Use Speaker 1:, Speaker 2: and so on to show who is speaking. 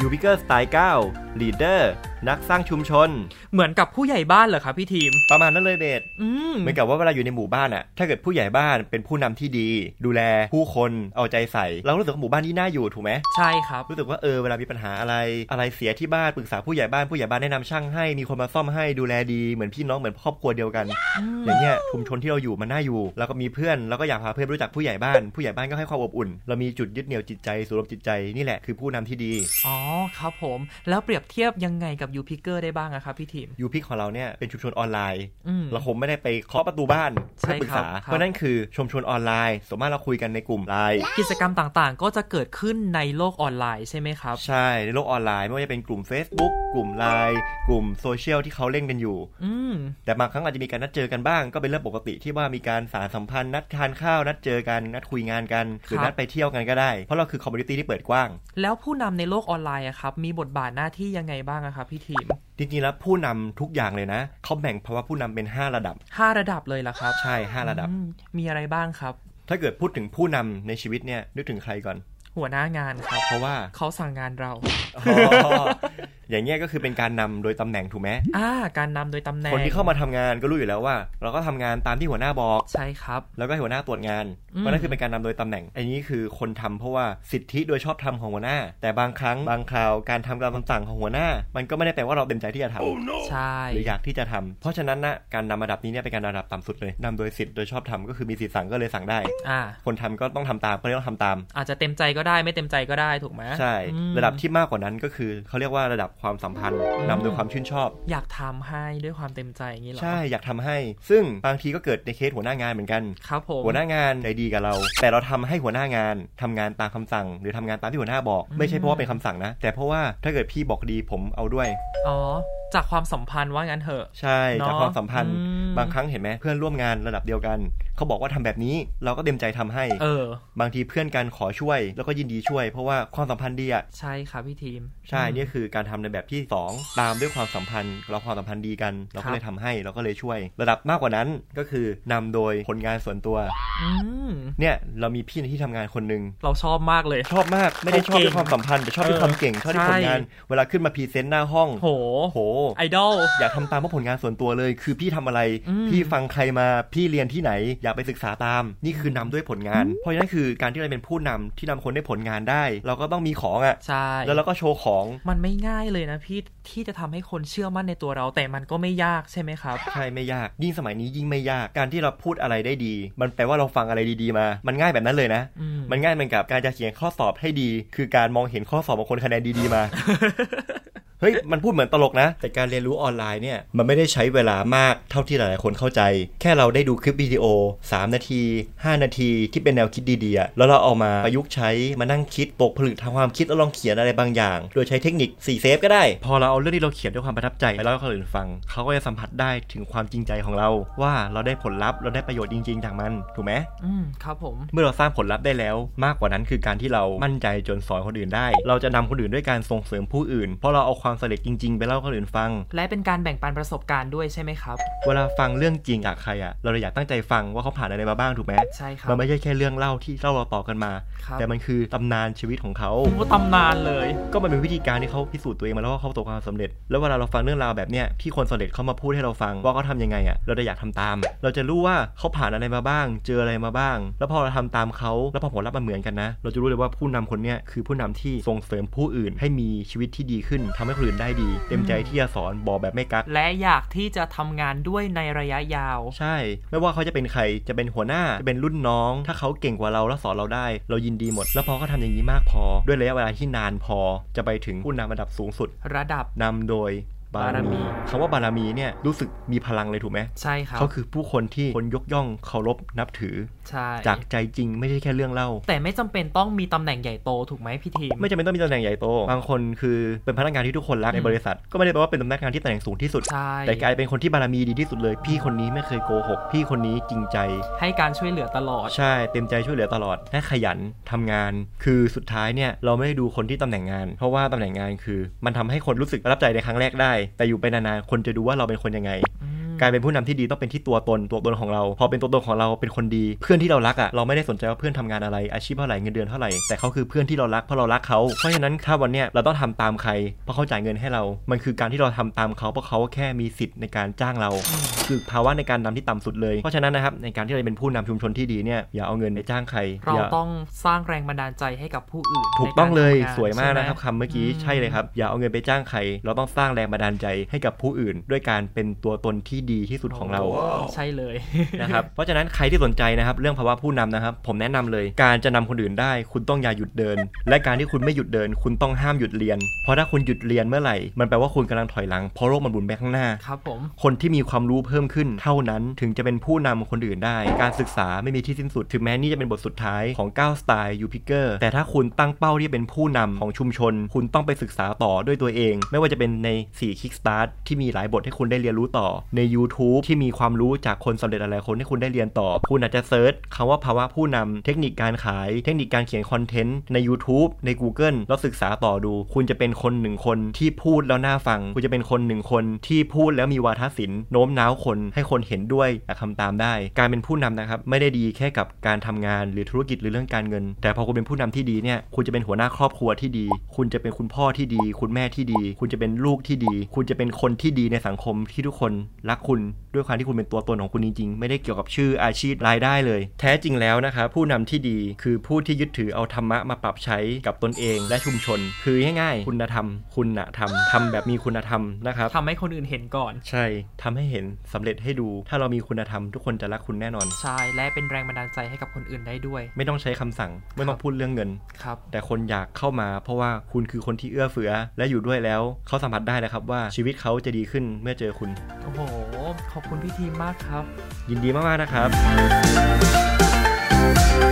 Speaker 1: ยูบิเกอร์สไตล์9ลีดเดอร์นักสร้างชุมชน
Speaker 2: เหมือนกับผู้ใหญ่บ้านเหรอครับพี่ทีม
Speaker 1: ประมาณนั้นเลยเบส
Speaker 2: อืม
Speaker 1: เหมือนกับว่าเวลาอยู่ในหมู่บ้านอะถ้าเกิดผู้ใหญ่บ้านเป็นผู้นำที่ดี ดูแลผู้คนเอาใจใส่ เรารู้สึกว่าหมู่บ้านนี้น่าอยู่ถูกไหม
Speaker 2: ใช่ครับ
Speaker 1: รู้สึกว่าเออเวลามีปัญหาอะไร อะไรเสียที่บ้านปรึกษาผู้ใหญ่บ้านผู้ใหญ่บ้านแนะนำช่างให้มีคนมาซ่อมให้ดูแลดีเหมือนพี่น้องเหมือนครอบครัวเดียวกัน อย่างเงี้ยชุมชนที่เราอยู่มันน่าอยู่เราก็มีเพื่อนเราก็อยากพาเพื่อนรู้จักผู้ใหญ่บ้าน ผู้ใหญ่บ้านก็ให้ความอบอุ่น เรามีจุดยึดเหนี่ยวจิตใจสุรมจิตใจนี่แหละคือผู้นำที่ดี
Speaker 2: อ๋อครับผม แล้วเปรียบเทียบยังไงกับยูพิเกอร์ได้บ้างอะครับพี่ทีม
Speaker 1: ยูพิกของเราเนี่ยเป็นชุมชนออนไลน์
Speaker 2: อืม
Speaker 1: เราคงไม่ได้ไปเคาะประตูบ้านเพื่อปรึกษา
Speaker 2: ใช่ครับ
Speaker 1: เพราะนั่นคือชุมชนออนไลน์ส่วนมากเราคุยกันในกลุ่มไลน์
Speaker 2: กิจกรรมต่างๆ ก็จะเกิดขึ้นในโลกออนไลน์ใช่ไหมครับ
Speaker 1: ใช่ในโลกออนไลน์ไม่ว่าจะเป็นกลุ่ม Facebook กลุ่มไลน์กลุ่มโซเชียลที่เขาเล่นกันอยู่
Speaker 2: อืม
Speaker 1: แต่บางครั้งอาจจะมีการนัดเจอกันบ้างก็เป็นเรื่องปกติที่ว่ามีการสารสัมพันธ์นัดทานข้าวนัดเจอกันนัดคุยงานกันหรือ
Speaker 2: ครับ
Speaker 1: นัดไปเที่ยวกันก็ได้เพราะเราคือคอมมูนิตี้ที่เปิดกว้าง
Speaker 2: แล้วผู้นำในโลกออนไลน์อะครับ มีบทบาทหน้าที่ยังไงบ้างอะครับพี่ทีม
Speaker 1: จริงๆแล้วผู้นำทุกอย่างเลยนะ เขาแบ่งภาวะผู้นำเป็น 5 ระดับ
Speaker 2: ห้าระดับเลยล่ะครับ
Speaker 1: ใช่ 5 ระดับ
Speaker 2: อืมมีอะไรบ้างครับ
Speaker 1: ถ้าเกิดพูดถึงผู้นำในชีวิตเนี่ยนึกถึงใครก่อน
Speaker 2: หัวหน้างานครับ
Speaker 1: เพราะว่า
Speaker 2: เขาสั่งงานเรา
Speaker 1: อ๋อ อย่างเงี้ยก็คือเป็นการนำโดยตำแหน่งถูกไหม
Speaker 2: อ่า การนำโดยตำแหน่ง
Speaker 1: คนที่เข้ามาทำงานก็รู้อยู่แล้วว่า เราก็ทำงานตามที่หัวหน้าบอก
Speaker 2: ใช่ครับ
Speaker 1: แล้วก็ให้หัวหน้าตรวจงาน
Speaker 2: อืม
Speaker 1: เพราะนั่นคือเป็นการนำโดยตำแหน่ง อันนี้คือคนทำเพราะว่าสิทธิโดยชอบธรรมของหัวหน้า แต่บางครั้งบางคราวการทำตามคำสั่งของหัวหน้า มันก็ไม่ได้แปลว่าเราเต็มใจที่จะทำ
Speaker 2: ใช่
Speaker 1: หรืออยากที่จะทำ เพราะฉะนั้นนะการนำระดับนี้เนี่ยเป็นการนำระดับต่ำสุดเลยนำโดยสิทธิ์โดยชอบทำก็คือมีสิทธิ์สั่งก็เลยสั่งได้
Speaker 2: อ่า
Speaker 1: คนทำก็ต้องทำตามก็เลยต้องทำตาม
Speaker 2: อาจจะเต็มใจก็ได้ไม่เต็มใจก็ได้ถูกไหม
Speaker 1: ใช่
Speaker 2: อืม
Speaker 1: ระดับที่มากกว่านั้นก็คือเขาเรียกว่าระดับความสัมพันธ์
Speaker 2: อืม
Speaker 1: นำโดยความชื่นชอบ
Speaker 2: อยากทำให้ด้วยความเต็มใจอย่างนี้เหรอ
Speaker 1: ใช่อยากทำให้ ซึ่งบางทีก็เกิดในเคสหัวหน้างานเหมือนกัน
Speaker 2: ครับผม
Speaker 1: หัวหน้างานใจดีกับเรา แต่เราทำให้หัวหน้างานทำงานตามคำสั่ง หรือทำงานตามที่หัวหน้าบอก ไม่ใช่เพราะว่าเป็นคำสั่งนะ แต่เพราะว่าถ้าเกิดพี่บอกดีผมเอาด้วย
Speaker 2: อ๋อ จากความสัมพันธ์ว่างั้นเถอะ
Speaker 1: ใช่จาก
Speaker 2: เนาะ
Speaker 1: ความสัมพันธ์
Speaker 2: อืม
Speaker 1: บางครั้งเห็นไหมเพื่อนร่วมงานระดับเดียวกัน เขาบอกว่าทำแบบนี้เราก็เต็มใจทำให้
Speaker 2: เออ
Speaker 1: บางทีเพื่อนกันขอช่วย แล้วก็ยินดีช่วย เพราะว่าความสัมพันธ์ดีอ่ะ
Speaker 2: ใช่ครับพี่ทีม
Speaker 1: ใช่เนี่ยคือการทำในแบบที่สองตามด้วยความสัมพันธ์ เราความสัมพันธ์ดีกันเรา
Speaker 2: ครั
Speaker 1: ก็
Speaker 2: บ
Speaker 1: เลยทำให้เราก็เลยช่วย ระดับมากกว่านั้นก็คือนำโดยผลงานส่วนตัว
Speaker 2: อืม
Speaker 1: เนี่ยเรามีพี่ในที่ทำงานคนหนึ่ง
Speaker 2: เราชอบมากเลย
Speaker 1: ชอบมากไม่ได้ชอบ
Speaker 2: เขาเก่ง
Speaker 1: ด้วยความสัมพันธ์แต่ชอบด้วยความเก่งชอบด้วย
Speaker 2: ใช่
Speaker 1: ผลงาน เวลาขึ้นมาพรีเซนต์หน้าห้อง
Speaker 2: โห
Speaker 1: โอ้โห
Speaker 2: ไอดอล
Speaker 1: อยากทำตามเพราะผลงานส่วนตัวเลย คือพี่ทำอะไร
Speaker 2: อืม
Speaker 1: พี่ฟังใครมา พี่เรียนที่ไหน อยากไปศึกษาตาม นี่คือนำด้วยผลงาน เพราะฉะนั้นคือการที่เราเป็นผู้นำที่นำคนได้ผลงานได้ เราก็ต้องมีของอะ
Speaker 2: ใช่
Speaker 1: แล้วเราก็โชว์ของ
Speaker 2: มันไม่ง่ายเลยนะพี่ที่จะทำให้คนเชื่อมั่นในตัวเรา แต่มันก็ไม่ยากใช่ไหมครับ
Speaker 1: ใช่ไม่ยาก ยิ่งสมัยนี้ยิ่งไม่ยาก การที่เราพูดอะไรได้ดี มันแปลว่าเราฟังอะไรดีๆมา มันง่ายแบบนั้นเลยนะ
Speaker 2: อืม
Speaker 1: มันง่ายเหมือนกับการจะเขียนข้อสอบให้ดี คือการมองเห็นข้อสอบของคนคะแนนดีๆมา เฮ้ย มันพูดเหมือนตลกนะ แต่การเรียนรู้ออนไลน์เนี่ย มันไม่ได้ใช้เวลามากเท่าที่หลายๆคนเข้าใจ แค่เราได้ดูคลิปวิดีโอ 3 นาที 5 นาทีที่เป็นแนวคิดดีๆอะแล้วเราเอามาประยุกต์ใช้มานั่งคิดปกผลึกทางความคิดแล้วลองเขียนอะไรบางอย่าง โดยใช้เทคนิค4เซฟก็ได้ พอเราเอาเรื่องที่เราเขียนด้วยความประทับใจไปเล่าให้คนอื่นฟัง เขาก็จะสัมผัสได้ถึงความจริงใจของเรา ว่าเราได้ผลลัพธ์เราได้ประโยชน์จริงๆจากมันถูกไหม
Speaker 2: อืม ครับผม
Speaker 1: เมื่อเราสร้างผลลัพธ์ได้แล้ว มากกว่านั้นคือการที่เรามั่นใจจนสอนคนอื่นได้ เราจะนำคนอื่นด้วยการส่งเสริมผู้อื่น เพราะเราเอาความสำเร็จจริงๆ ไปเล่าให้คนอื่นฟัง
Speaker 2: และเป็นการแบ่งปันประสบการณ์ด้วยใช่ไหมครับ
Speaker 1: เวลาฟังเรื่องจริงจากใครอะเราเลยอยากตั้งใจฟังว่าเขาผ่านอะไรมาบ้างถูกไหม
Speaker 2: ใช่ครับ
Speaker 1: มันไม่ใช่แค่เรื่องเล่าที่เล่าเราต่อกันมา
Speaker 2: ครับ
Speaker 1: แต่มันคือตำนานชีวิตของเขา
Speaker 2: โอ้ตำนานเลย
Speaker 1: ก็มันเป็นวิธีการที่เขาพิสูจน์ตัวเองมาแล้วว่าเขาประสบความสำเร็จ แล้วเวลาเราฟังเรื่องราวแบบเนี้ยที่คนสำเร็จเขามาพูดให้เราฟังว่าเขาทำยังไงอะ่ะ เราจะอยากทำตาม เราจะรู้ว่าเขาผ่านอะไรมาบ้าง เจออะไรมาบ้าง แล้วพอเราทำตามเขา แล้วพอผลลัพธ์มันเหมือนกันนะ เราจะรู้เลยว่าผู้นำคนเนี้ยคือผู้นำที่ส่งเสริมผู้อื่น ให้มีชีวิตที่ดีขึ้นทำให้คนอื่นได้ดี เต็มใจที่จะสอนบอกแบบไม่กัก
Speaker 2: และอยากที่จะทำงานด้วยในระยะยาว
Speaker 1: ใช่ ไม่ว่าเขาจะเป็นใคร จะเป็นหัวหน้า จะเป็นรุ่นน้อง ถ้าเขาเก่งกว่าเราแล้วสอนเราได้ เรายินดีหมด แล้วพอเขาทำอย่างนี้มากพอ ด้วยระยะเวลาที่นานพอ จะไปถึงผู้นำระดับสูงสุด
Speaker 2: ระดับ
Speaker 1: นำโดยบาร
Speaker 2: บารมี
Speaker 1: มีคำว่าบารมีเนี่ยรู้สึกมีพลังเลยถูกไหม
Speaker 2: ใช่ครับ
Speaker 1: เขาคือผู้คนที่คนยกย่องเคารพนับถือ
Speaker 2: ใช่
Speaker 1: จากใจจริงไม่ใช่แค่เรื่องเล่า
Speaker 2: แต่ไม่จำเป็นต้องมีตำแหน่งใหญ่โตถูกไหมพี่ทีม
Speaker 1: ไม่จำเป็นต้องมีตำแหน่งใหญ่โต บางคนคือเป็นพนักงานที่ทุกคนรักในบริษัท ก็ไม่ได้แปลว่าเป็นตำแหน่งงานที่ตำแหน่งสูงที่สุด
Speaker 2: ใช่
Speaker 1: แต่กลายเป็นคนที่บารมีดีที่สุดเลย พี่คนนี้ไม่เคยโกหก พี่คนนี้จริงใจ
Speaker 2: ให้การช่วยเหลือตลอด
Speaker 1: ใช่เต็มใจช่วยเหลือตลอดและขยันทำงาน คือสุดท้ายเนี่ยเราไม่ได้ดูคนที่ตำแหน่งงาน เพราะว่าตำแหน่งงานคือ มันทำให้คนรู้สึกประทับใจในครั้งแรกได้ แต่อยู่ไปนานๆคนจะดูว่าเราเป็นคนยังไง
Speaker 2: อืม
Speaker 1: การเป็นผู้นำที่ดีต้องเป็นที่ตัวตนตัวตนของเรา พอเป็นตัวตนของเราเป็นคนดี เพื่อนที่เรารักอะ่ะเราไม่ได้สนใจว่าเพื่อนทำงานอะไรอาชีพเท่าไหร่เงินเดือนเท่าไหร่แต่เขาคือเพื่อนที่เรารักเพราะเรารักเขาเพราะฉะนั้นถ้าวันเนี้ยเราต้องทำตามใคร เพราะเขาจ่ายเงินให้เรา มันคือการที่เราทำตามเขาเพราะเขาแค่มีสิทธิ์ในการจ้างเรา คือภาวะในการนำที่ต่ำสุดเลย เพราะฉะนั้นนะครับในการที่เราจะเป็นผู้นำชุมชนที่ดีเนี่ยอย่าเอาเงินไปจ้างใคร
Speaker 2: เรา
Speaker 1: อย่า
Speaker 2: ต้องสร้างแรงบันดาลใจให้กับผู้อื่น
Speaker 1: ถูกต้องเลย
Speaker 2: ในรทำงน
Speaker 1: สวยมาก
Speaker 2: ใช่ไห
Speaker 1: นะครับคำเมื่อกี้
Speaker 2: อืม
Speaker 1: ใช่เลยครับ อย่าเอาเงินไปจ้างใคร เราต้องสร้างแรงบันดาลใจให้กับผู้อื่น ด้วยการเป็นตัวตนที่ดีที่สุดของเรา
Speaker 2: ใช่เลย
Speaker 1: นะครับ เพราะฉะนั้นใครที่สนใจนะครับ เรื่องภาวะผู้นำนะครับ ผมแนะนำเลยการจะนำคนอื่นได้ คุณต้องอย่าหยุดเดิน และการที่คุณไม่หยุดเดิน คุณต้องห้ามหยุดเรียน เพราะถ้าคุณหยุดเรียนเมื่อไหร่ มันแปลว่าคุณกำลังถอยหลังเพราะโลกมันบุนไปข้างหน้า
Speaker 2: ครับผม
Speaker 1: คนที่มีความรู้เพิ่มขึ้นเท่านั้นถึงจะเป็นผู้นำคนอื่นได้ การศึกษาไม่มีที่สิ้นสุด ถึงแม้นี่จะเป็นบทสุดท้ายของ9 s t y l e You Picker แต่ถ้าคุณตั้งเป้าที่จะเป็นผู้นำของชุมชน คุณต้องไปศึกษาต่อด้วยตัวเอง ไม่ว่าจะเป็นใน 4 Kickstart ที่มีหลายบทให้คุณได้เรียนรู้ต่อ ใน YouTube ที่มีความรู้จากคนสำเร็จหลายๆคนให้คุณได้เรียนต่อ คุณอาจจะเซิร์ชคำว่าภาวะผู้นำเทคนิคการขาย เทคนิคการเขียนคอนเทนต์ใน YouTube ใน Google แล้วศึกษาต่อดู คุณจะเป็นคนหนึ่งคนที่พูดแล้วน่าฟัง คุณจะเป็นคนหนึ่งคนที่พูดแล้วมีวาทศิลป์โน้มน้าวคนให้คนเห็นด้วยและทำตามได้ การเป็นผู้นำนะครับ ไม่ได้ดีแค่กับการทำงานหรือธุรกิจหรือเรื่องการเงิน แต่พอคุณเป็นผู้นำที่ดีเนี่ยคุณจะเป็นหัวหน้าครอบครัวที่ดี คุณจะเป็นคุณพ่อที่ดี คุณแม่ที่ดี คุณจะเป็นลูกที่ดี คุณจะเป็นคนที่ดีในสังคมที่ทุกคนรักคุณ ด้วยความที่คุณเป็นตัวตนของคุณจริงๆ ไม่ได้เกี่ยวกับชื่ออาชีพรายได้เลย แท้จริงแล้วนะครับผู้นำที่ดีคือผู้ที่ยึดถือเอาธรรมะมาปรับใช้กับตนเองและชุมชน คือง่ายๆ คุณธรรม คุณธรรมทำแบบมีคุณธรรมนะครับ
Speaker 2: ทำให้คนอื่นเห็นก่อน
Speaker 1: ใช่ทำให้เห็นสำเร็จให้ดู ถ้าเรามีคุณธรรมทุกคนจะรักคุณแน่นอน
Speaker 2: ใช่ และเป็นแรงบันดาลใจให้กับคนอื่นได้ด้วย
Speaker 1: ไม่ต้องใช้คำสั่ง ไม่ต้องพูดเรื่องเงิน
Speaker 2: ครับ
Speaker 1: แต่คนอยากเข้ามาเพราะว่าคุณคือคนที่เอื้อเฟื้อ และอยู่ด้วยแล้ว เขาสัมผัสได้แล้วครับว่าชีวิตเขาจะดีขึ้นเมื่อเจอคุณ
Speaker 2: โอ้โห ขอบคุณพี่ทีมมากครับ
Speaker 1: ยินดีมากๆนะครับ